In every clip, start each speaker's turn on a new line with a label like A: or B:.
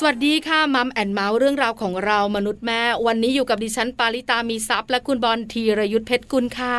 A: สวัสดีค่ะมัมแอนเมาส์เรื่องราวของเรามนุษย์แม่ วันนี้อยู่กับดิฉันปาริตามีซัพย์และคุณบอลธีรยุทธเพชรกุลค่ะ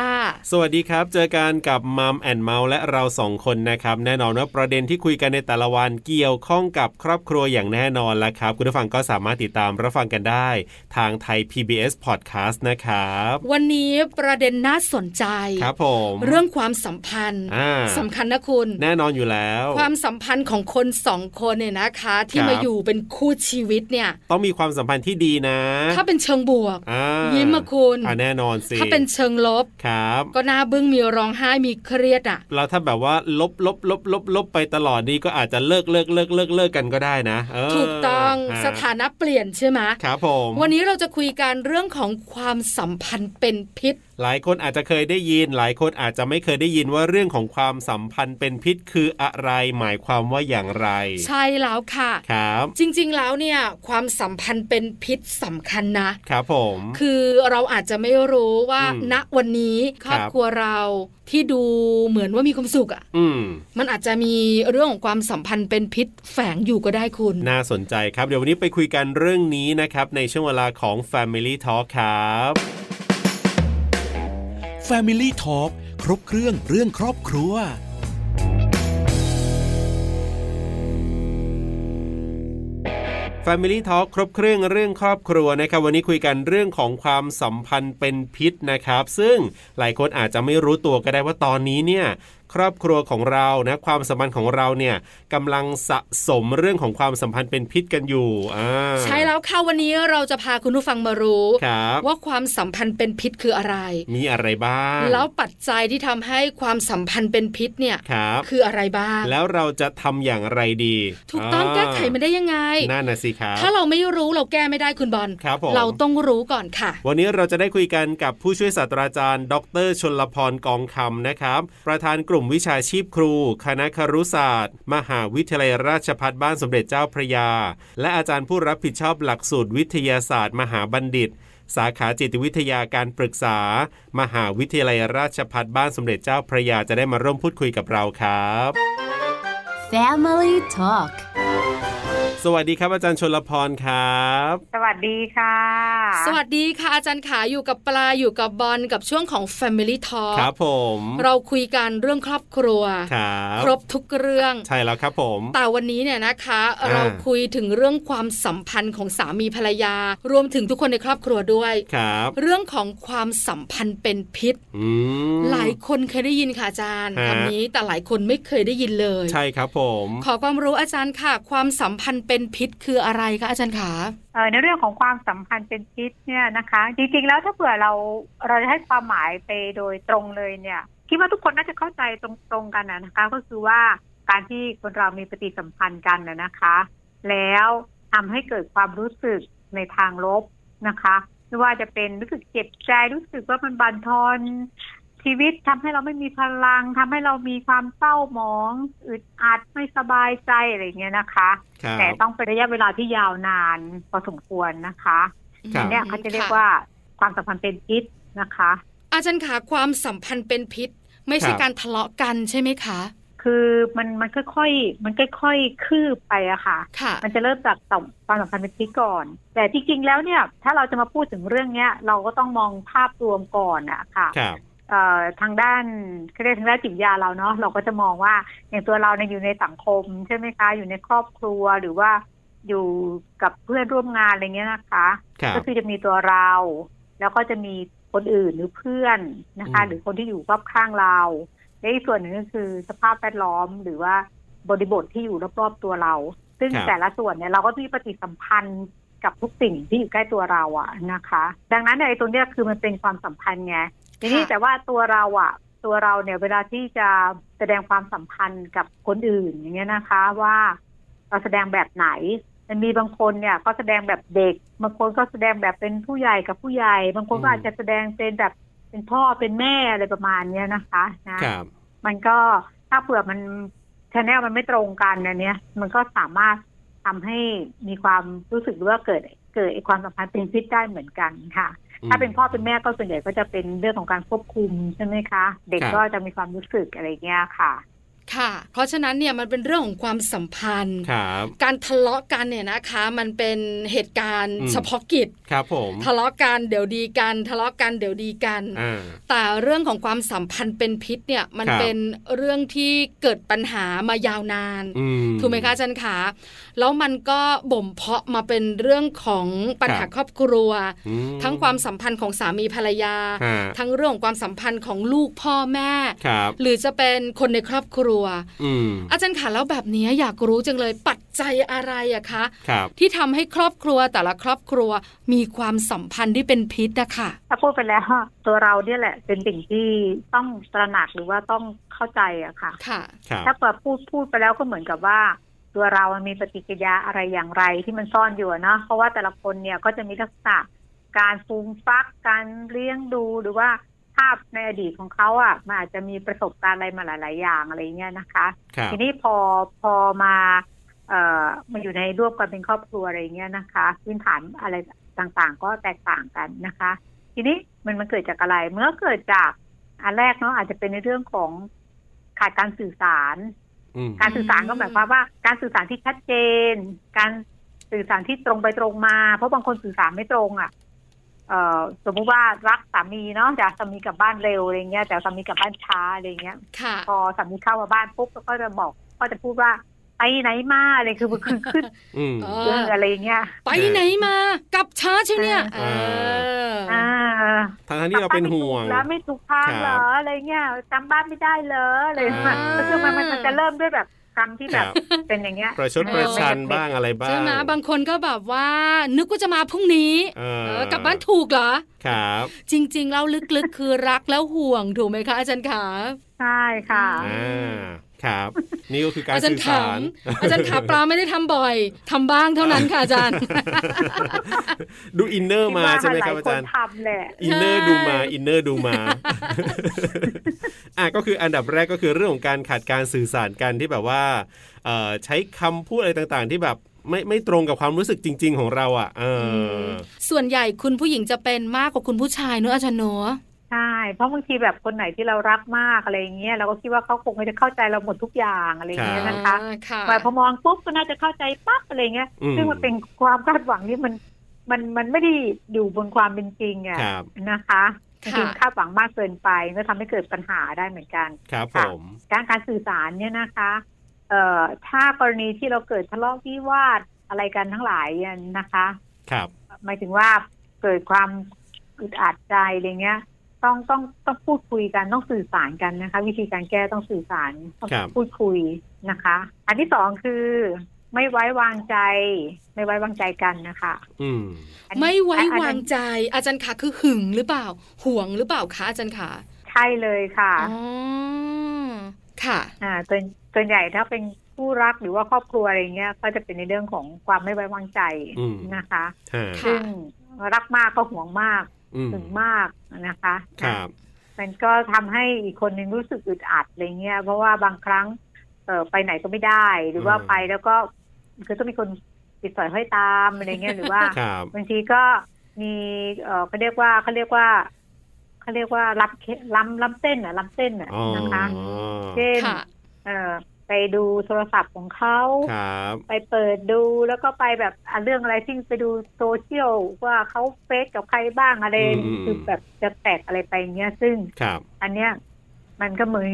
B: สวัสดีครับ เจอกันกับมัมแอนเมาส์และเราสองคนนะครับ แน่นอนว่าประเด็นที่คุยกันในแต่ละวันเกี่ยวข้องกับครอบครัวอย่างแน่นอนแล้วครับ คุณผู้ฟังก็สามารถติดตามรับฟังกันได้ ทางไทย PBS Podcast นะครับ
A: วันนี้ประเด็นน่าสนใจ
B: ครับผม
A: เรื่องความสัมพันธ์
B: อ่า
A: สำคัญนะคุณ
B: แน่นอนอยู่แล้ว
A: ความสัมพันธ์ของคนสองคนเนี่ยนะคะ ที่
B: ครับ
A: มาอยู่เป็นคู่ชีวิตเนี่ย
B: ต้องมีความสัมพันธ์ที่ดีนะ
A: ถ้าเป็นเชิงบวก
B: อ่า
A: ยิ้มอะคุณ
B: อ่าแน่นอนสิ
A: ถ้าเป็นเชิงลบ
B: ครับ
A: ก็น่าบึ้งมีร้องไห้มีเครียดอ่ะ
B: เราถ้าแบบว่าลบลบลบลบลบไปตลอดนี่ก็อาจจะเลิกเลิกเลิกเลิกเลิกกันก็ได้นะเ
A: ถูกต้อง
B: า
A: สถานะเปลี่ยนใช่ไหม
B: ครับผม
A: วันนี้เราจะคุยกันเรื่องของความสัมพันธ์เป็นพิษ
B: หลายคนอาจจะเคยได้ยิน หลายคนอาจจะไม่เคยได้ยินว่าเรื่องของความสัมพันธ์เป็นพิษคืออะไร หมายความว่าอย่างไร
A: ใช่แล้วค่ะ
B: ครับ
A: จริงๆแล้วเนี่ยความสัมพันธ์เป็นพิษสำคัญนะ
B: ครับผม
A: คือเราอาจจะไม่รู้ว่า
B: อืม
A: ณวันนี้ครอบ
B: ครับ
A: ครัวเราที่ดูเหมือนว่ามีความสุขอ่ะ
B: อืม
A: มันอาจจะมีเรื่องของความสัมพันธ์เป็นพิษแฝงอยู่ก็ได้คุณ
B: น่าสนใจครับ เดี๋ยววันนี้ไปคุยกันเรื่องนี้นะครับ ในช่วงเวลาของ Family Talk ครับ
C: Family Talk ครบเครื่องเรื่องครอบครัว
B: Family Talk ครบเครื่องเรื่องครอบครัวนะครับ วันนี้คุยกันเรื่องของความสัมพันธ์เป็นพิษนะครับ ซึ่งหลายคนอาจจะไม่รู้ตัวก็ได้ว่าตอนนี้เนี่ย ครอบครัวของเรานะความสัมพันธ์ของเราเนี่ยกำลังสะสมเรื่องของความสัมพันธ์เป็นพิษกันอยู่อ่า
A: ใช่แล้วค่ะวันนี้เราจะพาคุณผู้ฟังมารู้
B: ครับ
A: ว่าความสัมพันธ์เป็นพิษคืออะไร
B: มีอะไรบ้าง
A: แล้วปัจจัยที่ทำให้ความสัมพันธ์เป็นพิษเนี่ย
B: ครับ
A: คืออะไรบ้าง
B: แล้วเราจะทำอย่างไรดี
A: ถูกต้อง
B: า
A: แก้ไขมันได้ยังไง
B: นั่นนะสิครับ
A: ถ้าเราไม่รู้เราแก้ไม่ได้คุณบอล
B: ครับผม
A: เราต้องรู้ก่อนค่ะ
B: วันนี้เราจะได้คุยกันกับผู้ช่วยศาสตราจารย์ ดรชนลพรกองคำนะครับ ประธานกลุ่มวิชาชีพครู คณะครุศาสตร์ มหาวิทยาลัยราชภัฏบ้านสมเด็จเจ้าพระยา และอาจารย์ผู้รับผิดชอบหลักสูตรวิทยาศาสตร์ มหาบัณฑิต สาขาจิตวิทยาการปรึกษา มหาวิทยาลัยราชภัฏบ้านสมเด็จเจ้าพระยาจะได้มาร่วมพูดคุยกับเราครับ
D: Family Talk
B: สวัสดีครับอาจารย์ชนลพรครับ
E: สวัสดีค่ะ
A: สวัสดีค่ะอาจารย์ขาอยู่กับปลาอยู่กับบอลกับช่วงของ Family Talk
B: ครับผม
A: เราคุยกันเรื่องครอบครัว
B: ครับ
A: ครบทุกเรื่อง
B: ใช่แล้วครับผม
A: แต่วันนี้เนี่ยนะคะ
B: อ่า
A: เราคุยถึงเรื่องความสัมพันธ์ของสามีภรรยา รวมถึงทุกคนในครอบครัวด้วย
B: ครับ
A: เรื่องของความสัมพันธ์เป็นพิษ
B: อืม
A: หลายคนเคยได้ยินค่ะอาจารย์
B: ฮะ
A: คำนี้แต่หลายคนไม่เคยได้ยินเลย
B: ใช่ครับผม
A: ขอความรู้อาจารย์ค่ะ ความสัมพันธ์เป็นพิษคืออะไรคะอาจารย์ขา
E: เอ่อในเรื่องของความสัมพันธ์เป็นพิษเนี่ยนะคะ จริงๆแล้วถ้าเผื่อเราเราจะให้ความหมายไปโดยตรงเลยเนี่ยคิดว่าทุกคนน่าจะเข้าใจตรงๆกันนะนะคะ ก็คือว่าการที่คนเรามีปฏิสัมพันธ์กันนะนะคะ แล้วทำให้เกิดความรู้สึกในทางลบนะคะไม่ว่าจะเป็นรู้สึกเจ็บใจรู้สึกว่ามันบั่นทอน ชีวิตทำให้เราไม่มีพลังทำให้เรามีความเศร้าหมองอึดอัดไม่สบายใจอะไรอย่างเงี้ยนะคะ
B: ครับ
E: แต่ต้องเป็นระยะเวลาที่ยาวนานพอสมควรนะคะ
B: ครั
E: อั
B: บ
E: นเนี้ยเขาจะเรียก
A: ค่
E: ว่าความสัมพันธ์เป็นพิษนะคะ
A: อาจารย์ขาความสัมพันธ์เป็นพิษ ไม่ใช่
B: ครับ
A: การทะเลาะกันใช่ไหมคะ
E: คือมันมันค่อยๆมันค่อยๆคืบไปอะค่ะ
A: ค่ะ
E: มันจะเริ่มจากต่อมความสัมพันธ์เป็นพิษก่อน แต่จริงๆแล้วเนี่ย ถ้าเราจะมาพูดถึงเรื่องเนี้ย เราก็ต้องมองภาพรวมก่อนอะค่ะ
B: ครับ
E: เอ่อทางด้านเขาเรียกทางด้านจิตวิทยาเราเนาะเราก็จะมองว่าอย่างตัวเราเนี่ยอยู่ในสังคมใช่ไหมคะ อยู่ในครอบครัวหรือว่าอยู่กับเพื่อนร่วมงานอะไรเงี้ยนะคะ
B: ครับ
E: ก็คือจะมีตัวเรา แล้วก็จะมีคนอื่นหรือเพื่อนนะคะ
B: อืม
E: หรือคนที่อยู่รอบข้างเรา และอีกส่วนหนึ่งก็คือสภาพแวดล้อมหรือว่าบริบทที่อยู่รอบๆตัวเรา ซึ่งแต่ละส่วนเนี่ยเราก็มีปฏิสัมพันธ์กับทุกสิ่งที่อยู่ใกล้ตัวเราอะนะคะ ดังนั้นในยไอ้ตรงเนี้ยคือมันเป็นความสัมพันธ์ไงทีนี้
A: ค่ะ
E: แต่ว่าตัวเราอะตัวเราเนี่ยเวลาที่จะแสดงความสัมพันธ์กับคนอื่นอย่างเงี้ยนะคะว่า เราแสดงแบบไหน มันมีบางคนเนี่ยก็แสดงแบบเด็ก บางคนก็แสดงแบบเป็นผู้ใหญ่กับผู้ใหญ่ บางคน
B: อืม
E: ก็อาจจะแสดงเป็นแบบเป็นพ่อเป็นแม่อะไรประมาณเนี้ยนะคะนะ
B: ครับ
E: มันก็ถ้าเผื่อมันชแนลมันไม่ตรงกันอันเนี้ย มันก็สามารถทำให้มีความรู้สึกหรือว่าเกิดเกิดไอ้ความสัมพันธ์เป็นพิษได้เหมือนกันค่ะ ถ้าเป็นพ่อเป็นแม่ก็ส่วนใหญ่ก็จะเป็นเรื่องของการควบคุมใช่ไหมคะ เด็ก
B: ครับ
E: ก็จะมีความรู้สึกอะไรเงี้ยค่ะ
A: ค่ะ เพราะฉะนั้นเนี่ยมันเป็นเรื่องของความสัมพันธ์
B: ครับ
A: การทะเลาะกันเนี่ยนะคะ มันเป็นเหตุการณ์
B: อืม
A: เฉพาะกิจ
B: ครับผม
A: ทะเลาะกันเดี๋ยวดีกัน ทะเลาะกันเดี๋ยวดีกัน
B: อ่า
A: แต่เรื่องของความสัมพันธ์เป็นพิษเนี่ยมัน
B: ครับ
A: เป็นเรื่องที่เกิดปัญหามายาวนาน
B: อืม
A: ถูกไหมคะอาจันขาแล้วมันก็บ่มเพาะมาเป็นเรื่องของปัญหา
B: ครับ
A: ครอบครัว
B: อื
A: ทั้งความสัมพันธ์ของสามีภรรยา
B: ฮะ
A: ทั้งเรื่องของความสัมพันธ์ของลูกพ่อแม่
B: ครับ
A: หรือจะเป็นคนในครอบครัว
B: อืม
A: อาจารย์ขาแล้วแบบนี้อยากรู้จังเลยปัจจัยอะไรอะคะ
B: ครับ
A: ที่ทำให้ครอบครัวแต่ละครอบครัวมีความสัมพันธ์ที่เป็นพิษอะค่ะ
E: ถ้าพูดไปแล้วอะตัวเราเนี่ยแหละ เป็นสิ่งที่ต้องตระหนักหรือว่าต้องเข้าใจอะค่ะ
A: ค่ะ
B: ครับ
E: ถ้าเกิดพูดพูดไปแล้วก็เหมือนกับว่า ตัวเรามันมีปฏิกิริยาอะไรอย่างไรที่มันซ่อนอยู่อะเนาะเพราะว่าแต่ละคนเนี่ยก็จะมีลักษณะการฟูมฟักการเลี้ยงดูหรือว่าภาพในอดีตของเขาอ่ะมันอาจจะมีประสบการณ์อะไรมาหลาย ๆ อย่างอะไรเงี้ยนะคะ
B: ครับ
E: ทีนี้พอพอมาเอ่อมาอยู่ในร่วมกันเป็นครอบครัวอะไรอย่างเงี้ยนะคะพื้นฐานอะไรต่างๆ ก็แตกต่างกันนะคะ ทีนี้มันมันเกิดจากอะไรเมื่อเกิดจากอันแรกเนาะอาจจะเป็นในเรื่องของขาดการสื่อสาร
B: อืม
E: การสื่อสารก็หมายความว่า การสื่อสารที่ชัดเจน การสื่อสารที่ตรงไปตรงมา เพราะบางคนสื่อสารไม่ตรงอ่ะเอ่อสมมุติว่ารักสามีเนาะแต่สามีกลับบ้านเร็วอะไรเงี้ยแต่สามีกลับบ้านช้าอะไรเงี้ย
A: ค่ะ
E: พอสามีเข้ามาบ้านปุ๊บแล้วก็จะบอกก็จะพูดว่าไปไหนมาอะไรคือมันคือ ขึ้น
B: อืม
A: เอ
E: เอ
A: อ
E: ออะไรอย่างเงี้ย
A: ไปไหนมากลับช้าเชียวเนี่ย
B: เอ
A: เออ
B: อ
A: อ
E: อ่า
B: ทั้งๆที่เราเป็นห่วง
E: กลับบ้านไม่ถูกแล้วไม่ถูกทางเหร
B: ค
E: อ
B: รับ
E: อะไรเงี้ยจำบ้านไม่ได้เหรออะไร
B: อ่า
E: เงี้ยก็คือมันมันจะเริ่มด้วยแบบคำที่
B: ค
E: แบ
B: รั
E: บบ เป็นอย่างเงี้ย
B: ประชด
A: เออ
B: ประชันบ้างอะไรบ้าง
A: ใช่ไหมบางคนก็แบบว่า นึกว่าจะมาพรุ่งนี้
B: เออ
A: กลับบ้านถูกเหรอ
B: ครับ
A: จริง ๆ แล้วลึกๆ คือรักแล้วห่วงถูกไหมคะอาจารย์ขา
E: ใช่ค่ะ
A: อืม
B: อ่า ครับ นี่ก็คือการ
A: อาจาร
B: สื่
A: ย์
B: อ
A: ถา
B: สาม ร
A: อาจารย์ขาปลาไม่ได้ทำบ่อยทำบ้างเท่านั้นค่ะอาจารย์
B: ดูอินเนอร์
E: คิด
B: มา
E: ว่า
B: ใช่ไหม
E: ห
B: ค
E: ลา
B: รับ
E: ย
B: อา
E: ค
B: จาน รย์
E: ทำแหละ
B: อินเนอร์
A: ใช่
B: ดูมา อินเนอร์ดูมา อ่ะก็คืออันดับแรกก็คือเรื่องของการขาดการสื่อสารกันที่แบบว่าเอ่อใช้คำพูดอะไรต่างๆ ที่แบบไม่ไม่ตรงกับความรู้สึกจริง ๆ ของเราอ่ะ เอออ
A: ส่วนใหญ่คุณผู้หญิงจะเป็นมากกว่าคุณผู้ชายเนอะอาจารย์เนอะ
E: ใช่ เพราะบางทีแบบคนไหนที่เรารักมากอะไรอย่างเงี้ยเราก็คิดว่าเขาคงจะเข้าใจเราหมดทุกอย่างอะไรอย่างเงี้ยนะคะ
A: อ่าค่ะ
E: หมายพอมองปุ๊บก็น่าจะเข้าใจปั๊บอะไรเงี้ย ซึ่งมันเป็นความคาดหวังที่มันมันมันไม่ได้อยู่บนความเป็นจริงอะ
B: ครับ
E: นะคะ
A: ค่ะ
E: จริงคาดหวังมากเกินไปก็ทำให้เกิดปัญหาได้เหมือนกัน
B: ครับผ
E: ค่ะ
B: ม
E: การการสื่อสารเนี่ยนะคะเอ่อถ้ากรณีที่เราเกิดทะเลาะวิวาทอะไรกันทั้งหลายเนี่ยนะคะ
B: ครับ
E: หมายถึงว่าเกิดความอึดอัดใจอะไรเงี้ย ต้องต้องต้องพูดคุยกันต้องสื่อสารกันนะคะ วิธีการแก้ต้องสื่อสารต้อง
B: ครับ
E: พูดคุยนะคะ อันที่สองคือไม่ไว้วางใจ ไม่ไว้วางใจกันนะคะ
B: อืม
E: อันนี้
A: ไม่ไว้
E: อัน
A: วา
E: นั้น
A: งใจอาจารย์ขาคือหึงหรือเปล่า ห่วงหรือเปล่าคะอาจารย์ขา
E: ใช่เลยค่ะ
A: อ๋อค่ะ
E: ่าส่วนส่วนใหญ่ถ้าเป็นคู่รักหรือว่าครอบครัวอะไรเงี้ย ก็จะเป็นในเรื่องของความไม่ไว้วางใจ
B: อืม
E: นะคะ
B: ฮะ
A: ค่ะ
E: ซึ่งรักมากก็ห่วงมาก
B: อืม
E: ถึงมากนะคะ
B: ครับ
E: มันก็ทำให้อีกคนหนึ่งรู้สึกอึดอัดอะไรเงี้ย เพราะว่าบางครั้งเออไปไหนก็ไม่ได้ หรือว่า
B: อืม
E: ไปแล้วก็คือต้องมีคนติดสอยห้อยตามอะไรเงี้ยหรือว่า
B: ครับ
E: บางทีก็มีเออเขาเรียกว่าเขาเรียกว่าเขาเรียกว่าล้ำเคล้ำล้ำเส้นอ่ะล้ำเส้นอ่ะ
B: อ๋อ
E: นะคะเช่น
A: ค่ะ
E: เออไปดูโทรศัพท์ของเขา
B: ครับ
E: ไปเปิดดูแล้วก็ไปแบบอ่ะเรื่องอะไรที่ไปดูโซเชียลว่าเขาเฟซกับใครบ้างอะไร
B: อืมอืม
E: คือแบบจะแตกอะไรไปเงี้ยซึ่ง
B: ครับ
E: อันเนี้ยมันก็เหมือน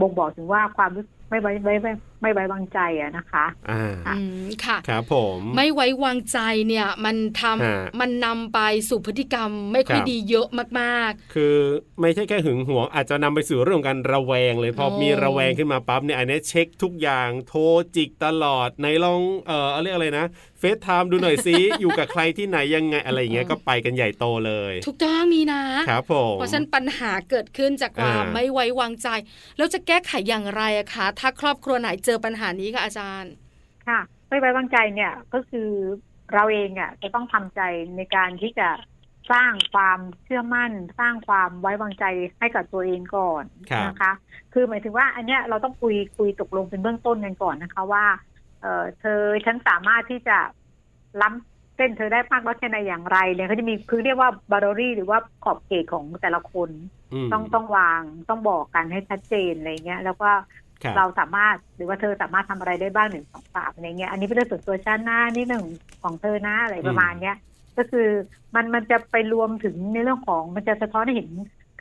E: บ่งบอกถึงว่าความรู้สึกไม่ไว้ไม่ไว้ไม่ไว้วางใจอะนะคะ
B: อ่า
A: อืมค่ะ
B: ครับผม
A: ไม่ไว้วางใจเนี่ย มันทำ
B: ฮะ
A: มันนำไปสู่พฤติกรรมไม่ค่อย
B: ครับ
A: ดีเยอะมาก
B: คือไม่ใช่แค่หึงหวง อาจจะนำไปสู่เรื่องของการระแวงเลยพอ
A: โอ้
B: มีระแวงขึ้นมาปั๊บเนี่ยอันเนี้ยเช็คทุกอย่างโทรจิกตลอดในลองเอ่อเอาเรียกอะไรนะเฟซไทม์ดูหน่อยซิ อยู่กับใครที่ไหนยังไงอะไรอย่างเงี้ยก็ไปกันใหญ่โตเลย
A: ๆ ถูกต้องมีนะ
B: ครับผม
A: เพราะฉะนั้นปัญหาเกิดขึ้นจากความ
B: อ่า
A: ไม่ไว้วางใจ แล้วจะแก้ไขอย่างไรอะคะ ถ้าครอบครัวไหนเจอปัญหานี้ค่ะอาจารย์
E: ค่ะ ไม่ไว้วางใจเนี่ยก็คือเราเองอะจะต้องทำใจในการที่จะสร้างความเชื่อมั่น สร้างความไว้วางใจให้กับตัวเองก่อน
B: ครับ
E: นะคะ คือหมายถึงว่า อันเนี้ยเราต้องคุยคุยตกลงเป็นเบื้องต้นกันก่อนนะคะว่า เออเธอฉันสามารถที่จะล้ำเ ส้นเธอได้มากน้อยแค่ไหนอย่างไรเนี่ยเขาจะมีคือเรียกว่าบารอรี่หรือว่าขอบเขตของแต่ละคน
B: ม
E: ต้องต้องวางต้องบอกกันให้ชัดเจนอะไรเงี้ยแล้วก็
B: คบ
E: เราสามารถหรือว่าเธอสามารถทำอะไรได้บ้างหนึ่งสองสามอะไรเงี้ยอันนี้เป็นเรื่องส่วนตัวชั้นหน้านี่เรื่องของเธอนะอะไรประมาณเนี้ยก็คือมันมันจะไปรวมถึงในเรื่องของมันจะสะท้อนให้เห็น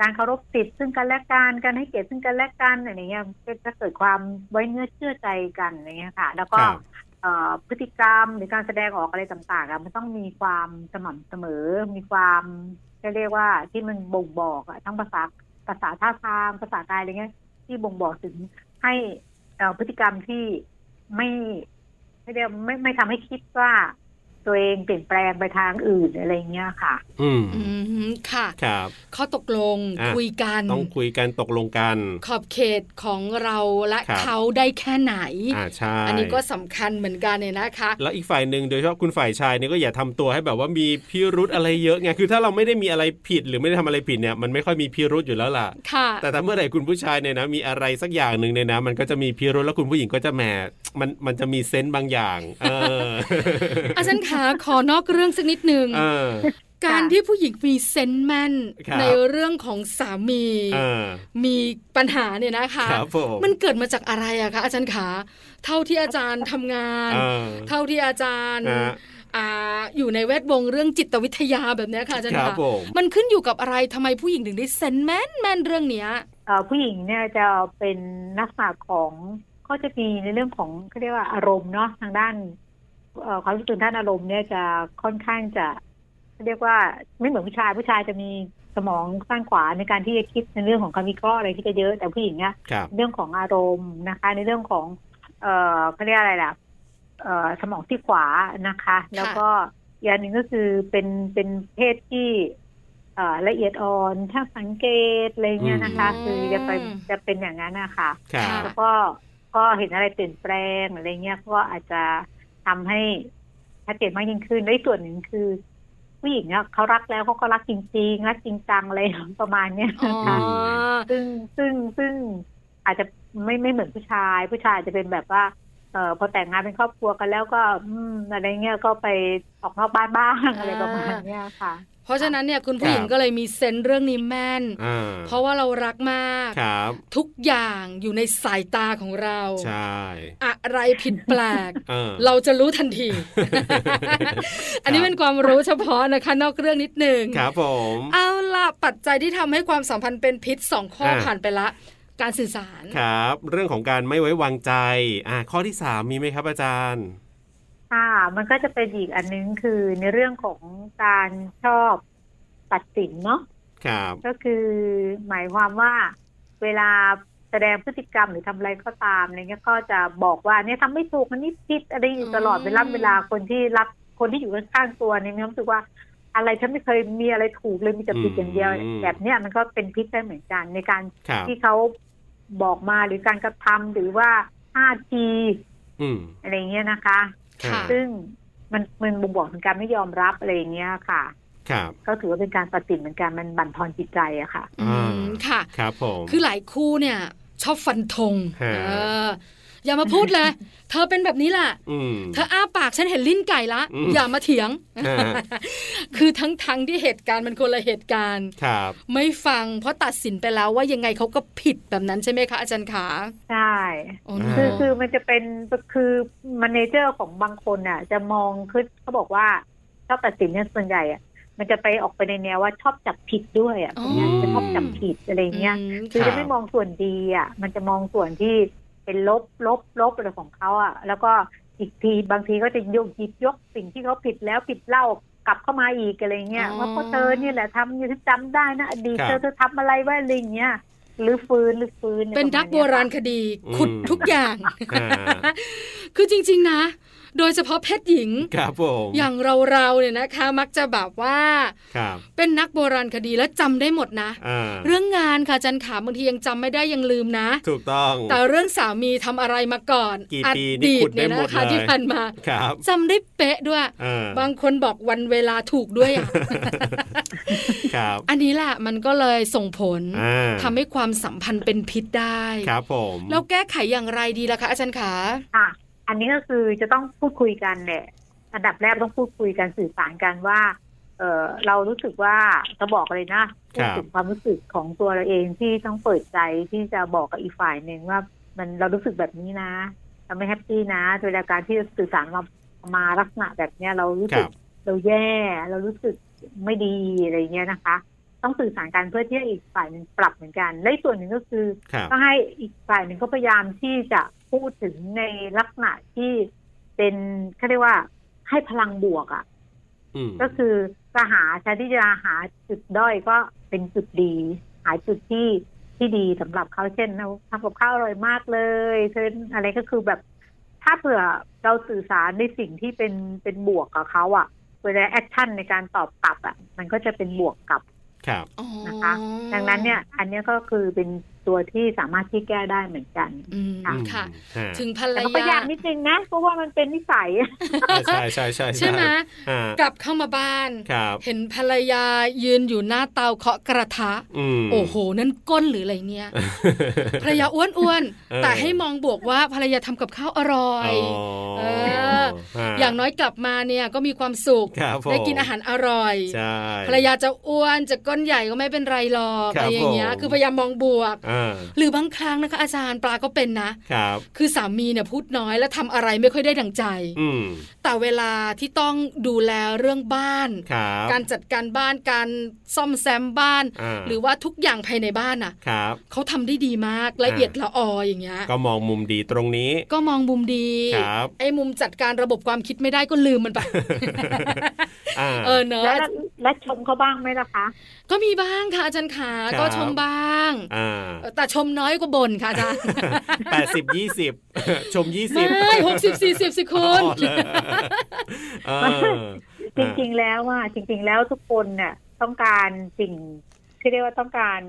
E: การเคารพสิทธิ์ซึ่งกันและกันการให้เกียรติซึ่งกันและกันอะไรเงี้ยก็จะเกิดความไว้เนื้อเชื่อใจกันอะไรเงี้ยค่ะ แล้วก็
B: ครับ
E: เอ่อพฤติกรรมหรือการแสดงออกอะไรต่างๆอะมันต้องมีความสม่ำเสมอ มีความจะเรียกว่าที่มันบ่งบอกอะทั้งภาษาภาษาท่าทางภาษากายอะไรเงี้ย ที่บ่งบอกถึงให้เอ่อพฤติกรรมที่ไม่ไม่ได้ไม่ไม่ทำให้คิดว่า ตัวเองเปลี่ยนแปลงไปทางอื่นอะไรเงี้ยค่ะ
B: อืม
A: อืมค่ะ
B: ครับ
A: ข้อตกลง
B: อ่ะ
A: คุยกัน
B: ต้องคุยกันตกลงกัน
A: ขอบเขตของเราและ
B: ครับ
A: เขาได้แค่ไหน
B: อ่าใช่
A: อันนี้ก็สำคัญเหมือนกันเนี่ยนะคะ
B: แล้วอีกฝ่ายหนึ่งโดยเฉพาะคุณฝ่ายชายเนี่ยก็อย่าทำตัวให้แบบว่ามีพิรุธอะไรเยอะไงคือถ้าเราไม่ได้มีอะไรผิดหรือไม่ได้ทำอะไรผิดเนี่ยมันไม่ค่อยมีพิรุธอยู่แล้วล่ะ
A: ค่ะ
B: แต่ถ้าเมื่อไหร่คุณผู้ชายเนี่ยนะมีอะไรสักอย่างหนึ่งเนี่ยนะ มันก็จะมีพิรุธแล้วคุณผู้หญิงก็จะแหมมันมันจะมีเซนต์บางอย่างเออ
A: อาจารย์คะขอนอกเรื่องสักนิดนึง
B: เออ
A: การที่ผู้หญิงมีเซนส์แมน
B: ครับ
A: ในเรื่องของสามี
B: เออ
A: มีปัญหาเนี่ยนะคะ
B: ครับผม
A: มันเกิดมาจากอะไรอะคะอาจารย์ขาเท่าที่อาจารย์ทำงาน
B: เออ
A: เท่าที่อาจารย์
B: นะ
A: อ่าอยู่ในแวดวงเรื่องจิตวิทยาแบบเนี้ยค่ะอาจาร
B: ค
A: ย์
B: รับ
A: คะ
B: ผม
A: มันขึ้นอยู่กับอะไรทำไมผู้หญิงถึงได้เซนส์แมนแมนเรื่องเนี้ย
E: เอ่อผู้หญิงเนี่ยจะเป็นลักษณะของก็จะมีในเรื่องของเขาเรียกว่าอารมณ์เนาะทางด้านเอ่อความรู้สึกด้านอารมณ์เนี่ยจะค่อนข้างจะเรียกว่าไม่เหมือนผู้ชายผู้ชายจะมีสมองข้างขวาในการที่จะคิดในเรื่องของการวิเคราะห์อะไรที่จะเยอะแต่ผู้หญิงเนี่ย
B: ครับ
E: เรื่องของอารมณ์นะคะ ในเรื่องของ เอ่อเขาเรียกอะไรล่ะเอ่อสมองที่ขวานะคะ แล้วก็อีกอันหนึ่งก็คือเป็นเป็นเพศที่เอ่อละเอียดอ่อนช่างสังเกตอะไรเงี้ยนะคะ
A: อืม
E: คือจะไปจะเป็นอย่างนั้นนะคะ
B: ครั
A: ค่ะ
B: บ
E: แล้วก็ก็เห็นอะไรเปลี่ยนแปลงอะไรเงี้ยก็อาจจะทำให้ชัดเจนมากยิ่งขึ้นและอีกส่วนหนึ่งคือ ผู้หญิงเนี่ยเขารักแล้วเขาก็รักจริงๆรักจริง จังเลยประมาณเนี้ย
A: อ๋อ
E: นะคะ ซึ่งซึ่งซึ่งอาจจะไม่ไม่เหมือนผู้ชาย ผู้ชายจะเป็นแบบว่าเออพอแต่งงานเป็นครอบครัวกันแล้วก็อืมอะไรเงี้ยก็ไปออกนอกบ้านบ้างอะไรประมาณเนี้ยค่ะ
A: เพราะฉะนั้นเนี่ยคุณผู้หญิง
B: ครับ
A: ก็เลยมีเซนส์เรื่องนี้แมน
B: อ่า
A: เพราะว่าเรารักมาก
B: ครับ
A: ทุกอย่างอยู่ในสายตาของเรา
B: ใช่
A: อะไรผิดแปล ก
B: เออ
A: เราจะรู้ทันที อันนี้
B: ครับ
A: เป็นความรู้เฉพาะนะคะ นอกเรื่องนิดนึง
B: ครับผม
A: เอาล่ะปัจจัยที่ทำให้ความสัมพันธ์เป็นพิษสองข้อ
B: อ่ะ
A: ผ่านไปละ การสื่อสาร
B: ครับ เรื่องของการไม่ไว้วางใจอ่าข้อที่สามมีไหมครับอาจารย์
E: ค่ะ มันก็จะเป็นอีกอันนึงคือในเรื่องของการชอบตัดสินเนาะ
B: ครับ
E: ก็คือหมายความว่าเวลาแสดงพฤติกรรมหรือทำอะไรก็ตามอะไรเงี้ยก็จะบอกว่าเนี่ยทำไม่ถูกมันนี่ผิดอะไรอยู่ตลอดเวลาเวลาคนที่รับคนที่อยู่ข้างๆตัวเนี่ยมีความรู้สึกว่าอะไรฉันไม่เคยมีอะไรถูกเลยมีแต่ผิดอย่างเดียว แบบเนี้ยมันก็เป็นพิษได้เหมือนกันในการ
B: ครับ
E: ที่เขาบอกมาหรือการกระทำหรือว่าท่าที
B: อืม
E: อะไรเงี้ยนะคะ
A: ค่ะ
E: ซึ่งมันมันบ่งบอกถึงการไม่ยอมรับอะไรอย่างเงี้ยค่ะ
B: ครับ
E: ก็ถือว่าเป็นการตัดสินเหมือนกันมันบั่นทอนจิตใจอะค่ะ
A: อืมค่ะ
B: ครับผม
A: คือหลายคู่เนี่ย ชอบฟันธง
B: ฮะ
A: เออ อย่ามาพูดเลย เธอเป็นแบบนี้แหละ
B: อืม
A: เธออ้าปากฉันเห็นลิ้นไก่ละ
B: อืม
A: อย่ามาเถียง
B: ฮะ
A: คือทั้งๆที่เหตุการณ์มันคนละเหตุการณ์
B: ครับ
A: ไม่ฟังเพราะตัดสินไปแล้วว่ายังไงเขาก็ผิดแบบนั้นใช่ไหมคะอาจารย์ขา
E: ใช่
A: โอ้โห
B: อ่า
E: คือคือมันจะเป็นคือมันเนเจอร์ของบางคนน่ะ จะมองคือเขาบอกว่าชอบตัดสินเนี่ยส่วนใหญ่อะมันจะไปออกไปในแนวว่าชอบจับผิดด้วยอ่ะ
A: อ๋อ
E: คนเนี้ยจะชอบจับผิดอะไรเงี้ย
A: ม
E: คือ
B: รั
E: จะ
B: บ
E: ไม่มองส่วนดีอ่ะ มันจะมองส่วนที่เป็นลบลบลบอะไรของเขาอ่ะ แล้วก็อีกทีบางทีก็จะยกหยิบยกสิ่งที่เขาผิดแล้วผิดเล่ากลับเข้ามาอีกอะไรเงี้ยว่าเพราะเธอเนี่ยแหละทำอยู่ที่จำได้นะอดีต
B: ครับ
E: เธอเธอทำอะไรไว้อะไรเงี้ยหรือฟื้นหรือฟื้น
A: เป็นดักโบราณคดี ขุด
B: อืม
A: ทุกอย่าง
B: อ่า
A: คือจริง ๆ นะ โดยเฉพาะเพศหญิง
B: ครับผม
A: อย่างเราเราๆเนี่ยนะคะ มักจะแบบว่า
B: ครับ
A: เป็นนักโบราณคดีแล้วจำได้หมดนะ
B: อ่า
A: เรื่องงานค่ะอาจันขาบางทียังจำไม่ได้ยังลืมนะ
B: ถูกต้อง
A: แต่เรื่องสามีทำอะไรมาก่อน
B: กี่
A: อ
B: ปีนี่
A: ดี
B: ขุ
A: ต
B: ดได้
A: เนี่ย
B: หมด
A: นะคะ
B: เลย
A: ที่ผ่านมา
B: ครับ
A: จำได้เป๊ะด้วย
B: อ่า
A: บางคนบอกวันเวลาถูกด้วยอ่ะ
B: ครับ
A: อันนี้แหละมันก็เลยส่งผล
B: อ่า
A: ทำให้ความสัมพันธ์เป็นพิษได้
B: ครับผม
A: แล้วแก้ไขอย่างไรดีล่ะคะอาจารย์ขา
E: ค่ะ อันนี้ก็คือจะต้องพูดคุยกันแหละ อันดับแรกต้องพูดคุยกันสื่อสารกันว่า เออเรารู้สึกว่าจะบอกเลยนะพูดถึงความรู้สึกของตัวเราเองที่ต้องเปิดใจที่จะบอกกับอีกฝ่ายหนึ่งว่า มันเรารู้สึกแบบนี้นะเราไม่แฮปปี้นะโดยการที่สื่อสารมามาลักษณะแบบเนี้ยเรารู้
B: ค
E: สึ
B: รั
E: ก
B: บ
E: เราแย่ เรารู้สึกไม่ดีอะไรเงี้ยนะคะ ต้องสื่อสารกันเพื่อที่ให้อีกฝ่ายหนึ่งปรับเหมือนกัน และอีกส่วนหนึ่งก็คือ
B: ครับ
E: ก็ให้อีกฝ่ายหนึ่งก็พยายามที่จะพูดถึงในลักษณะที่เป็นเขาเรียกว่าให้พลังบวกอ่ะ
B: อืม
E: ก็คือจะหาแทนที่จะหาจุดด้อยก็เป็นจุดดี หาจุดที่ที่ดีสำหรับเขาเช่นเราทำกับข้าวอร่อยมากเลยเช่นอะไรก็คือแบบ ถ้าเผื่อเราสื่อสารในสิ่งที่เป็นเป็นบวกกับเขาอะ่ะเวลาแอคชั่นในการตอบกลับอะ่ะ มันก็จะเป็นบวกกลับ
B: ครับ
A: อ๋อ
E: นะคะ ดังนั้นเนี่ย อันเนี้ยก็คือเป็นตัวที่สามารถที่แก้ได้เหมือนกัน
A: อืม
E: ค่ะ
A: ค่ะ
B: อืม
A: ถึงภรร
E: แต่ก็ยาย
A: าก
E: นิดนึงนะเพราะว่ามันเป็นนิสัย
B: ฮะใช่ใช่ใช่
A: ใช่ไหม
B: อ่าก
A: ลับเข้ามาบ้าน
B: ครับ
A: เห็นภรรยายืนอยู่หน้าเตาเคาะกระทะ
B: อืม
A: โอ้ โห นั่นก้นหรืออะไรเนี่ย ภรรยาอ้วนอ้วนๆ
B: เออ
A: แต่ให้มองบวกว่าภรรยาทำกับข้าวอร่อ
B: อ๋อย
A: เออ
B: ฮะ
A: อย่างน้อยกลับมาเนี่ยก็มีความสุข
B: ครับผม
A: ได้กินอาหารอร่อย
B: ใช่
A: ภรรยาจะอ้วนจะก้นใหญ่ก็ไม่เป็นไรหรอก
B: ครั
A: อะ
B: บ
A: ไรอย่างเงี้ย
B: ผม
A: คือพยายามมองบวก
B: อ่า
A: หรือบางครั้งนะคะ อาจารย์ปลาก็เป็นนะ
B: ครับ
A: คือสามีเนี่ยพูดน้อยและทำอะไรไม่ค่อยได้ดังใจ
B: อืม
A: แต่เวลาที่ต้องดูแลเรื่องบ้าน
B: ครับ
A: การจัดการบ้านการซ่อมแซมบ้าน
B: อ่า
A: หรือว่าทุกอย่างภายในบ้านน่ะ
B: ครับ
A: เขาทำได้ดีมากละเอียดละอออย่างเงี้ย
B: ก็มองมุมดีตรงนี้
A: ก็มองมุมดี
B: ครับ
A: ไอ้มุมจัดการระบบความคิดไม่ได้ก็ลืมมัน ไป
B: อ่า
A: เออเนอะ
E: แล้วและชมเขาบ้างไหมล่ะคะ
A: ก็มีบ้างค่ะอาจารย์ขา
B: ครับ
A: ก็ชมบ้าง
B: อ่า
A: เออแต่ชมน้อยกว่าบ่นค่ะอา จารย์
B: แปดสิบยี่สิบชมยี่สิบ
A: ไม่หกสิบสี่สิบสิ
B: อ๋
A: คุ
B: อ
A: ณ
B: เหรอเออ
E: จริงๆ แล้วว่าจริง ๆ แล้วทุกคนเนี่ยต้องการสิ่งที่เรียกว่าต้องการ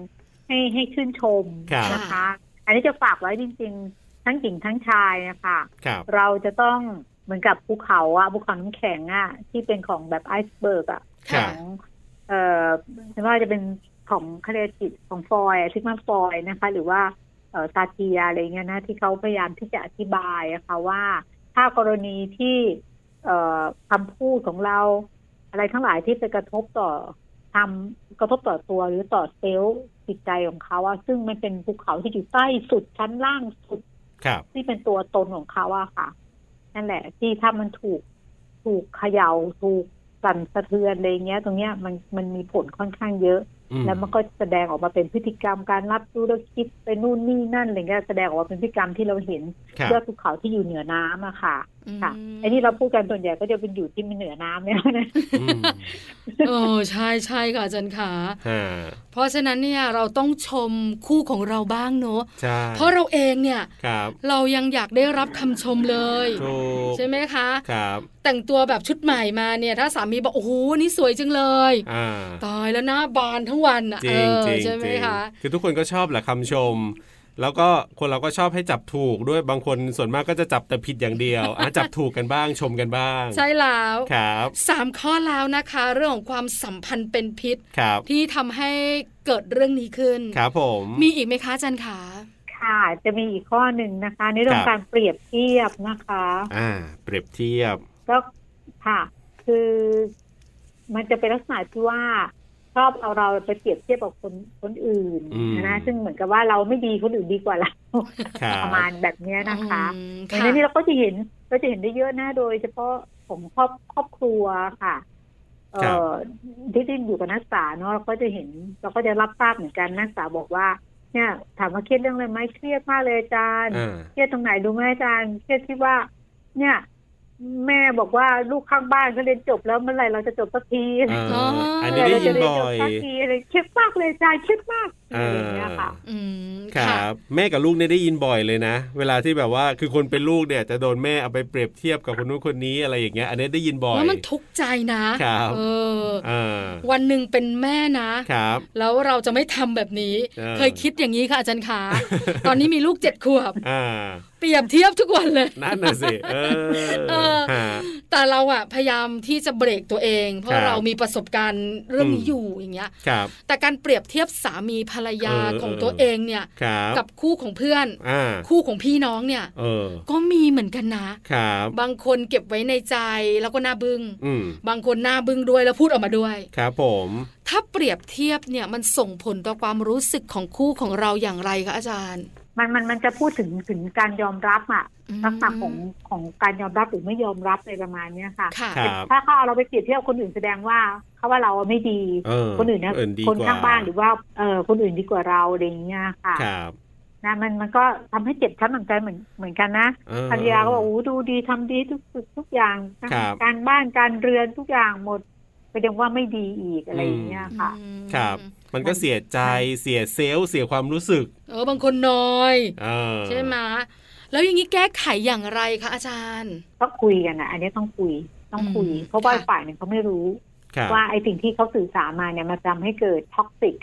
E: ให้ให้ชื่นชม
B: ครับ
E: นะคะ อันนี้จะฝากไว้จริง ๆ ทั้งหญิงทั้งชายนะคะ
B: ครับ
E: เราจะต้องเหมือนกับภูเขาอะภูเขาน้ำแข็งอะที่เป็นของแบบไอซ์เบิร์กอะ
B: ครั
E: ข
B: บ
E: องเอ่อไม่ว่าจะเป็นของคาเรจิตของฟอยซิกมาฟอยนะคะ หรือว่าเอ่อซาเทียอะไรเงี้ยนะ ที่เขาพยายามที่จะอธิบายอะค่ะว่า ถ้ากรณีที่ เอ่อคำพูดของเรา อะไรทั้งหลายที่ไปกระทบต่อทำกระทบต่อตัวหรือต่อเซลล์จิตใจของเขาอะซึ่งมันเป็นภูเขาที่อยู่ใต้สุดชั้นล่างสุด
B: ครับ
E: ที่เป็นตัวตนของเขาอะค่ะ นั่นแหละ ที่ถ้ามันถูกถูกเขย่าถูกสั่นสะเทือนอะไรเงี้ย ตรงเนี้ยมันมันมีผลค่อนข้างเยอะ
B: อื
E: แล้วมันก็แสดงออกมาเป็นพฤติกรรมการรับรู้แล้วคิดไปนู่นนี่นั่นอะไรเงี้ยแสดงออกมาเป็นพฤติกรรมที่เราเห็น
B: ครับ
E: ยอดภูเขาที่อยู่เหนือน้ำอะค่ะ ค่ะ
A: ม
E: ไอ้ที่เรา พูดกันส่วนใหญ่ก็จะเป็นอยู่ที่มันเหนือน้ำเนี่ยนะ
B: อืม
A: เออใช่ใช่ค่ะอาจารย์ขา
B: อ่า
A: เพราะฉะนั้นเนี่ยเราต้องชมคู่ของเราบ้างเนอะ
B: ใช่
A: เพราะเราเองเนี่ย
B: ครับ
A: เรายังอยากได้รับคำชมเลย
B: ถูก
A: ใช่ไหมคะ
B: ครับ
A: แต่งตัวแบบชุดใหม่มาเนี่ย ถ้าสามีบอกโอ้โหนี่สวยจังเลย
B: อ่า
A: ตายแล้วหน้าบานทั้งวันอ่ะ
B: จ
A: เอ
B: ริง
A: อ
B: จริง
A: ใช่ไหม
B: จริง
A: คะ
B: คือทุกคนก็ชอบแหละคำชม แล้วก็คนเราก็ชอบให้จับถูกด้วยบางคนส่วนมากก็จะจับแต่ผิดอย่างเดียว อ่ะ จับถูกกันบ้างชมกันบ้าง
A: ใช่แล้ว
B: ครับ
A: สามข้อแล้วนะคะ เรื่องของความสัมพันธ์เป็นพิษ
B: ครับ
A: ที่ทำให้เกิดเรื่องนี้ขึ้น
B: ครับผม
A: มีอีกไหมคะอาจันขา
E: ค่ะ จะมีอีกข้อหนึ่งนะคะ ในเรื่องการเปรียบเทียบนะคะ
B: อ่า เปรียบเทียบ
E: ก็ค่ะ คือมันจะเป็นลักษณะที่ว่าชอบเอาเราไปเปรียบเทียบกับคนคนอื่นนะซึ่งเหมือนกับว่าเราไม่ดีคนอื่นดีกว่าเรา
B: ครับ
E: ประมาณแบบเนี้ยนะคะ
A: อืม
E: ดัง
A: ค่ะ
E: นั้นนี่เราก็จะเห็นเราจะเห็นได้เยอะนะโดยเฉพาะของครอบครอบครัวค่ะ เอ่อที่ที่อยู่กับนักศึกษาเนาะเราก็จะเห็น เราก็จะรับทราบเหมือนกันนักศึกษาบอกว่า เนี่ย ถามว่าเครียดเรื่องอะไรไหมเครียดมากเลยอาจารย์
B: อ่า
E: เครียดตรงไหนดูไหมอาจารย์เครียดที่ว่า เนี่ย แม่บอกว่าลูกข้างบ้านเขาเรียนจบแล้วเมื่อไหร่เราจะจบสักที
B: อ่า
A: า
B: อัน
E: เมื่
B: นี้
E: อไห
B: ได้ยิ
E: ร่เราจะ
B: น
E: เรีน
B: บ่
E: จ
B: อบ ย
E: สักทีอะไรเครียดมากเลยอาจารย์เครียดมากอะไรอย่างเงี้ยค่ะ
A: อืม
B: ค
A: ค่ะ
B: รับ แม่กับลูกเนี่ยได้ยินบ่อยเลยนะ เวลาที่แบบว่าคือคนเป็นลูกเนี่ยจะโดนแม่เอาไปเปรียบเทียบกับคนนู้นคนนี้อะไรอย่างเงี้ย อันนี้ได้ยินบ่อย
A: แล้วมันทุกข์ใจนะครับ เออ
B: อ่า
A: วันหนึ่งเป็นแม่นะ
B: ครับ
A: แล้วเราจะไม่ทำแบบนี้
B: เออ
A: เคยคิดอย่างนี้ค่ะอาจารย์ขา ตอนนี้มีลูกเจ็ดขวบ
B: อ่า
A: เปรียบเทียบทุกวันเลย
B: นั่นน่ะสิเอ
A: เอ
B: อ
A: อ
B: ฮะ
A: แต่เราอะพยายามที่จะเบรกตัวเอง เพ
B: ครั
A: ราะ
B: บ
A: เรามีประสบการณ์เรื่อง
B: อืม
A: นี้อยู่อย่างเงี้ย
B: ครับ
A: แต่การเปรียบเทียบสามีภร รรยา
B: เออเออ
A: ของตัวเองเนี่ย
B: ครับ
A: กับคู่ของเพื่อน
B: อ่า
A: คู่ของพี่น้องเนี่ย
B: เออ
A: ก็มีเหมือนกันนะ
B: ครับ
A: บางคนเก็บไว้ในใจแล้วก็หน้าบึง้ง
B: อืม
A: บางคนหน้าบึ้งด้วยแล้วพูดออกมาด้วย
B: ครับผม
A: ถ้าเปรียบเทียบเนี่ยมันส่งผลต่อความรู้สึกของคู่ของเราอย่างไรคะอาจารย์
E: มันมันมันจะพูดถึงถึงการยอมรับอะ
A: อืม
E: ลักษณะของของการยอมรับหรือไม่ยอมรับอะไรประมาณเนี้ยค่ะ
A: ค่ะ
B: ครับ
E: ถ้าเขาเอาเราไปเปรียบเทียบคนอื่นแสดงว่าเขาว่าเราไม่ดี
B: เออ
E: คนอื่นนะ
B: ดี
E: คน
B: กว่
E: ข้างบ้านหรือว่าเออคนอื่นดีกว่าเราอะไรอย่างเงี้ยค่ะ
B: ครับ
E: นะมันมันก็ทำให้เจ็บช้ำหนังใจเหมือนเหมือนกันนะ
B: เออ
E: ภรรยาก็บอกโอ้ดูดีทำดีทุกทุกทุกอย่างทั้ง
B: ครับ
E: การบ้านการเรือนทุกอย่างหมดก็ยังว่าไม่ดีอีกอะไรอย่างเงี้ยค่ะ
B: ครับ มันก็เสียใจเสียเซลล์เสียความรู้สึก
A: เออบางคนน้อย
B: เออ
A: ใช่ไหมแล้วอย่างนี้แก้ไขอย่างไรคะอาจารย์
E: ก็คุยกันนะอันนี้ต้องคุยต้องคุย
A: อืม
E: เพราะว่า
A: ค่ะ
E: ฝ่ายหนึ่งเขาไม่รู้
B: ครับ
E: ว่าไอ้สิ่งที่เขาสื่อสารมาเนี่ยมันทำให้เกิดท็อกซิก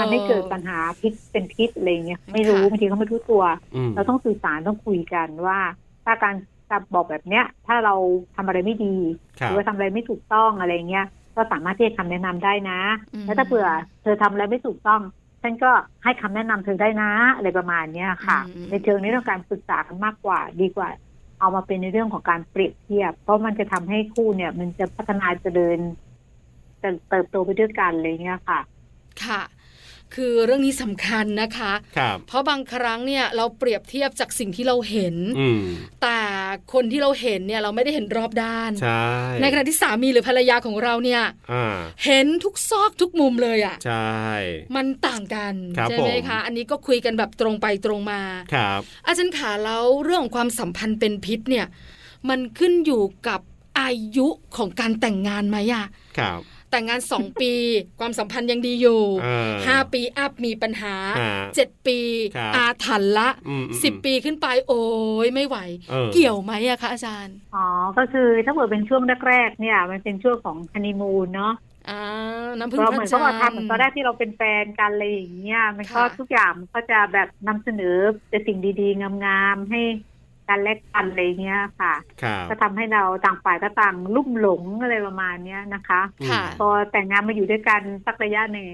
E: มันให้เกิดปัญหาพิษเป็นพิษอะไรอย่างเงี้ยไม่รู้
A: ค่ะ
E: บางทีเขาไม่รู้ตัว
B: ม
E: เราต้องสื่อสารต้องคุยกันว่า ถ้าการการบอกแบบเนี้ย ถ้าเราทำอะไรไม่ดี
B: ค
E: ห
B: รับ
E: รือว่าทำอะไรไม่ถูกต้องอะไรเงี้ยก็สามารถที่จะคำแนะนำได้นะ
A: อืม
E: แล้วถ้าเผื่อเธอทำอะไรไม่ถูกต้อง ฉันก็ให้คำแนะนำเธอได้นะอะไรประมาณเนี้ยค่ะ
A: อืม
E: ในเชิงในเรื่องการปรึกษากันมากกว่าดีกว่า เอามาเป็นในเรื่องของการเปรียบเทียบ เพราะมันจะทำให้คู่เนี่ย มันจะพัฒนาเจริญเติบเติบโตไปด้วยกันอะไรเงี้ยค่ะ
A: ค่ะ คือเรื่องนี้สำคัญนะคะ
B: ครับ
A: เพราะบางครั้งเนี่ยเราเปรียบเทียบจากสิ่งที่เราเห็น
B: อืม
A: แต่คนที่เราเห็นเนี่ยเราไม่ได้เห็นรอบด้าน
B: ใช่
A: ในขณะที่สามีหรือภรรยาของเราเนี่ย
B: อ่า
A: เห็นทุกซอกทุกมุมเลยอะ่ะ
B: ใช่
A: มันต่างกัน
B: ครับ
A: ใช่ไหม
B: ผม
A: คะ อันนี้ก็คุยกันแบบตรงไปตรงมา
B: ครับ
A: อาจารย์ขาแล้วเรื่องของความสัมพันธ์เป็นพิษเนี่ย มันขึ้นอยู่กับอายุของการแต่งงานไหมอะ
B: ครับ
A: แต่งงาน 2 ปี ความสัมพันธ์ยังดีอยู่
B: เออ
A: ห้าปีอัพมีปัญหา
B: ฮะ
A: เจ็ดปี
B: ครับ
A: อาถรรพ์ละ
B: อืมอืม
A: สิบปีขึ้นไปโอ้ยไม่ไหว
B: ออ
A: เกี่ยวไหมอะคะอาจารย์
E: อ๋อ ก็คือถ้าเกิดเป็นช่วงแรกๆเนี่ย มันเป็นช่วงของฮันนีมูนเนาะ
A: อ่าน้ำพึ่ง
E: เรา
A: พ
E: เหมือ
A: ระ
E: น
A: จั
E: ก็
A: นท
E: มา
A: ร์
E: ทำเหมือนตอนแรกที่เราเป็นแฟนกันอะไรอย่างเงี้ยมันก็
A: ค่ะ
E: ทุกอย่างมันก็จะแบบนำเสนอแต่สิ่งดีๆ งามๆให้กันและกันอะไรเงี้ยค่ะ
B: ครับ
E: ก็ทำให้เราต่างฝ่ายก็ต่างลุ่มหลงอะไรประมาณเนี้ยนะคะ
B: อืม
A: ค่ะ
E: พอแต่งงานมาอยู่ด้วยกันสักระยะหนึ่ง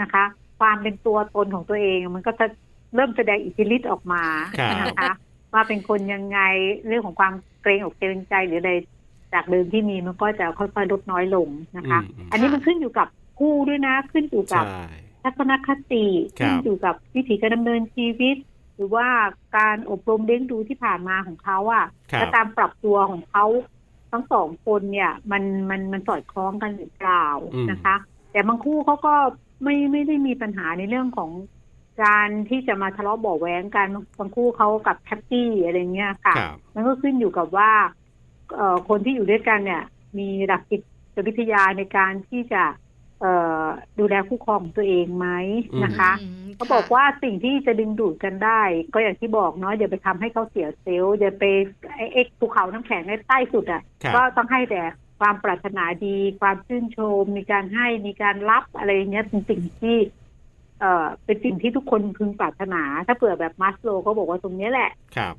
E: นะคะ ความเป็นตัวตนของตัวเอง มันก็จะเริ่มแสดงอิทธิฤทธิ์ออกมา
B: ครับ
E: นะคะ ว่าเป็นคนยังไงเรื่องของความเกรงอกเกรงใจหรืออะไรจากเดิมที่มีมันก็จะค่อยๆลดน้อยลงนะคะ
B: อืมอืม
E: อันนี้มันขึ้นอยู่กับคู่ด้วยนะ ขึ้นอยู่กับ
B: ใช่
E: ทัศนคติ
B: ครับ
E: ขึ้นอยู่กับวิถีการดำเนินชีวิต หรือว่าการอบรมเลี้ยงดูที่ผ่านมาของเขาอ่ะ
B: ครั
E: และ
B: บ
E: การปรับตัวของเขาทั้งสองคนเนี่ย มันมันมันสอดคล้องกันหรือเปล่า
B: อืม
E: นะคะ แต่บางคู่เขาก็ไม่ไม่ได้มีปัญหาในเรื่องของการที่จะมาทะเลาะเบาะแว้งกันบางคู่เขากับแฮปปี้อะไรเงี้ยค่ะ
B: ครับ
E: มันก็ขึ้นอยู่กับว่าเอ่อคนที่อยู่ด้วยกันเนี่ย มีหลักจิตวิทยาในการที่จะเอ่อดูแลคู่ครองของตัวเองไหมนะคะ
A: อืม
E: เขาบอกว่าสิ่งที่จะดึงดูดกันได้ ก็อย่างที่บอกเนาะอย่าไปทำให้เขาเสียเซลล์อย่าไปไอ้ไอ้ภูเขาน้ำแข็งในใต้สุดอะ
B: ครับ
E: ่ะก็ต้องให้แต่ความปรารถนาดี ความชื่นชม มีการให้มีการรับอะไรอย่างเงี้ยเป็นสิ่งที่ เอ่อเป็นสิ่งที่ทุกคนพึงปรารถนา ถ้าเผื่อแบบมัสโลว์เขาบอกว่าตรงเนี้ยแหละ
B: ครับ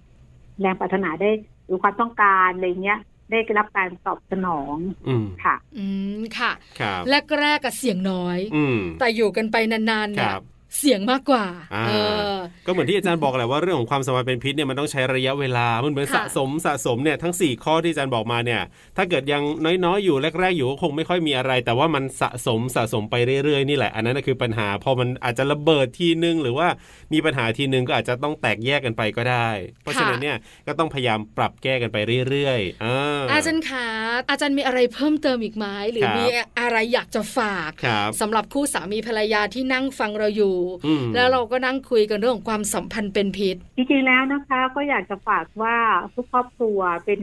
E: แรงปรารถนาได้หรือความต้องการอะไรเงี้ย ได้รับการตอบสนอง
B: อืม
E: ค่ะ
A: อืมค่ะ
B: ครับ
A: แรกแรกๆอะเสียงน้อย
B: อืม
A: แต่อยู่กันไปนานๆเนี่
B: ค
A: ย
B: รับ
A: เสียงมากกว่า
B: อ่า
A: เออ
B: ก็เหมือนที่อาจารย์บอกแหละว่าเรื่องของความสมพันธ์เป็นพิษเนี่ยมันต้องใช้ระยะเวลามันเหมือน
A: ค่ะ
B: สะสมสะสมเนี่ยทั้ง 4 ข้อที่อาจารย์บอกมาเนี่ย ถ้าเกิดยังน้อยๆอยู่แรกๆอยู่ก็คงไม่ค่อยมีอะไร แต่ว่ามันสะสมสะสมไปเรื่อยๆนี่แหละ อันนั้นนะคือปัญหาพอมันอาจจะระเบิดทีนึง หรือว่ามีปัญหาทีนึงก็อาจจะต้องแตกแยกกันไปก็ได้ เพราะฉะนั้นเนี่ยก็ต้องพยายามปรับแก้กันไปเรื่อยๆอ่า
A: อาจารย์ขาอาจารย์มีอะไรเพิ่มเติมอีกไหมหรือ
B: ครับ
A: มีอะไรอยากจะฝาก
B: ครับ
A: สำหรับคู่สามีภรรยาที่นั่งฟังเราอยู่
B: อืม
A: แล้วเราก็นั่งคุยกันเรื่องของความสัมพันธ์เป็นพิษ
E: จริงๆแล้วนะคะก็อยากจะฝากว่าทุกครอบครัวเป็น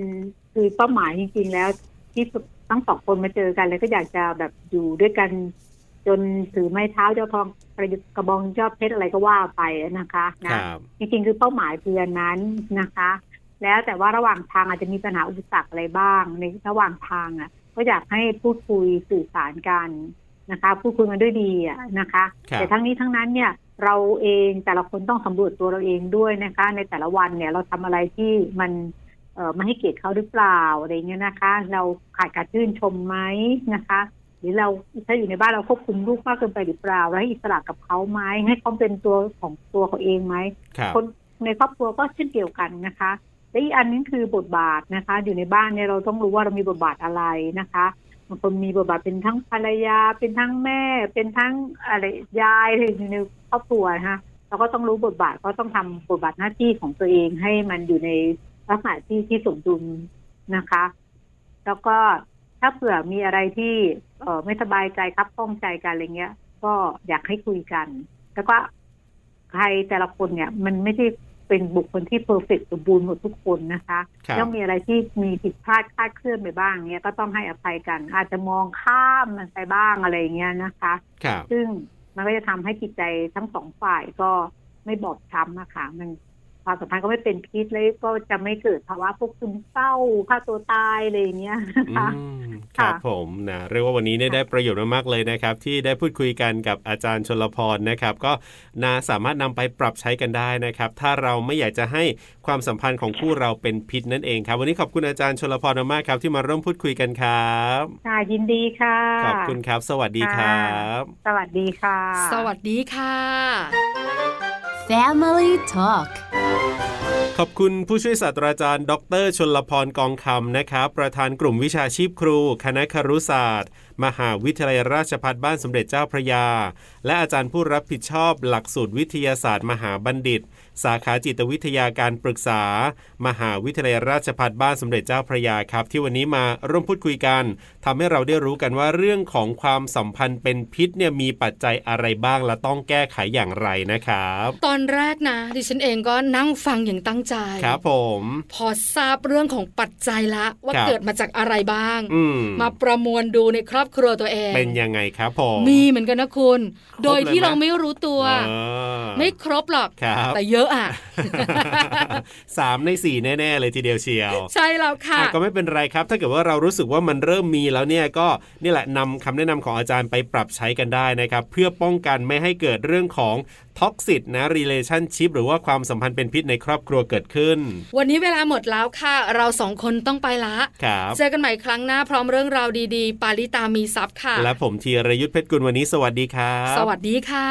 E: คือเป้าหมายจริง ๆ แล้ว ที่ทั้งสองคนมาเจอกันแล้วก็อยากจะแบบอยู่ด้วยกัน จนถือไม้เท้าเจ้าทองประดิษฐ์กระบองยอดเพชรอะไรก็ว่าไปนะคะนะ
B: ครับ
E: จริงๆ คือเป้าหมายคืออันนั้นนะคะ แล้วแต่ว่าระหว่างทางอาจจะมีปัญหาอุปสรรคอะไรบ้าง ในระหว่างทางอ่ะ ก็อยากให้พูดคุยสื่อสารกันนะคะ พูดคุยกันด้วยดีอ่ะนะคะ
B: ครับ
E: แต่ทั้งนี้ทั้งนั้นเนี่ย เราเองแต่ละคนต้องสำรวจตัวเราเองด้วยนะคะ ในแต่ละวันเนี่ยเราทำอะไรที่มันเออไม่ให้เกียรติเขาหรือเปล่าอะไรเงี้ยนะคะ เราขาดการชื่นชมไหมนะคะ หรือเราถ้าอยู่ในบ้านเราควบคุมลูกมากเกินไปหรือเปล่าเราให้อิสระกับเขาไหมให้เขาเป็นตัวของตัวเขาเองไหม
B: ครับ
E: คนในครอบครัวก็เช่นเดียวกันนะคะ และอีกอันนึงคือบทบาทนะคะ อยู่ในบ้านเนี่ยเราต้องรู้ว่าเรามีบทบาทอะไรนะคะบางคนมีบทบาทเป็นทั้งภรรยา เป็นทั้งแม่ เป็นทั้งอะไรยายอะไรอยู่ในครอบครัวนะคะเราก็ต้องรู้บทบาทก็ต้องทำบทบาทหน้าที่ของตัวเองให้มันอยู่ในลักษณะที่ที่สมดุลนะคะ แล้วก็ถ้าเผื่อมีอะไรที่เอ่อไม่สบายใจครับข้องใจกันอะไรเงี้ย ก็อยากให้คุยกัน แล้วก็ใครแต่ละคนเนี่ย มันไม่ได้เป็นบุคคลที่เพอร์เฟกสมบูรณ์หมดทุกคนนะคะ
B: ครับ
E: ต้องมีอะไรที่มีผิดพลาดคลาดเคลื่อนไปบ้างเนี่ยก็ต้องให้อภัยกัน อาจจะมองข้ามมันไปบ้างอะไรอย่างเงี้ยนะคะ
B: ครับ
E: ซึ่งมันก็จะทำให้จิตใจทั้งสองฝ่ายก็ไม่บอบช้ำนะคะมันความสัมพันธ์ก็ไม่เป็นพิษแล้วก็จะไม่เกิดภาวะพวกซึมเศร้าฆ่าตัวตายอะไรอย่างเงี้ยนะคะ
B: อืมครับผมนะเรียกว่าวันนี้เนี่ยได้ประโยชน์มากๆเลยนะครับ ที่ได้พูดคุยกันกับอาจารย์ชลพรนะครับ ก็นาสามารถนำไปปรับใช้กันได้นะครับ ถ้าเราไม่อยากจะให้ความสัมพันธ์ของคู่เราเป็นพิษนั่นเองครับ วันนี้ขอบคุณอาจารย์ชลพรมากๆครับ ที่มาร่วมพูดคุยกันครับ
E: ค่ะยินดีค่ะ
B: ขอบคุณครับ สวัสดีครับ
E: สวัสดีค่ะ
A: สวัสดีค่ะ
D: Family Talk
B: ขอบคุณผู้ช่วยศาสตราจารย์ ดรชนลพรกองคำนะครับ ประธานกลุ่มวิชาชีพครู คณะครุศาสตร์ มหาวิทยาลัยราชภัฏบ้านสมเด็จเจ้าพระยา และอาจารย์ผู้รับผิดชอบหลักสูตรวิทยาศาสตร์มหาบัณฑิต สาขาจิตวิทยาการปรึกษา มหาวิทยาลัยราชภัฏบ้านสมเด็จเจ้าพระยาครับ ที่วันนี้มาร่วมพูดคุยกันทำให้เราได้รู้กันว่าเรื่องของความสัมพันธ์เป็นพิษเนี่ยมีปัจจัยอะไรบ้างและต้องแก้ไขอย่างไรนะครับ
A: ตอนแรกนะ ดิฉันเองก็นั่งฟังอย่างตั้งใจ
B: ครับผม
A: พอทราบเรื่องของปัจจัยละว่า
B: ครับ
A: เกิดมาจากอะไรบ้าง
B: อืม
A: มาประมวลดูในครอบครัวตัวเอง
B: เป็นยังไงครับผม
A: มีเหมือนกันนะคุณ
B: ครบ
A: โดยที่
B: เลย
A: เรา
B: ไหม
A: ไม่รู้ตัว
B: เออ
A: ไม่ครบหรอก
B: ครับ
A: แต่เยอะอ่ะ
B: สามในสี่แน่ ๆ เลยทีเดียวเชียว
A: ใช่แล้วค่ะ
B: อ่ะก็ไม่เป็นไรครับ ถ้าเกิดว่าเรารู้สึกว่ามันเริ่มมีแล้วเนี่ยก็นี่แหละนำคำแนะนำของอาจารย์ไปปรับใช้กันได้นะครับ เพื่อป้องกันไม่ให้เกิดเรื่องของท็อกซิตนะ relationship หรือว่าความสัมพันธ์เป็นพิษในครอบครัวเกิดขึ้น
A: วันนี้เวลาหมดแล้วค่ะ เราสองคนต้องไปละ
B: ครับ
A: เจอกันใหม่ครั้งหน้าพร้อมเรื่องราวดีๆ ปาลิตามีซัพ์ค่ะ
B: และผมธีรยุทธเพชรกุลวันนี้สวัสดีครับ
A: สวัสดีค่ะ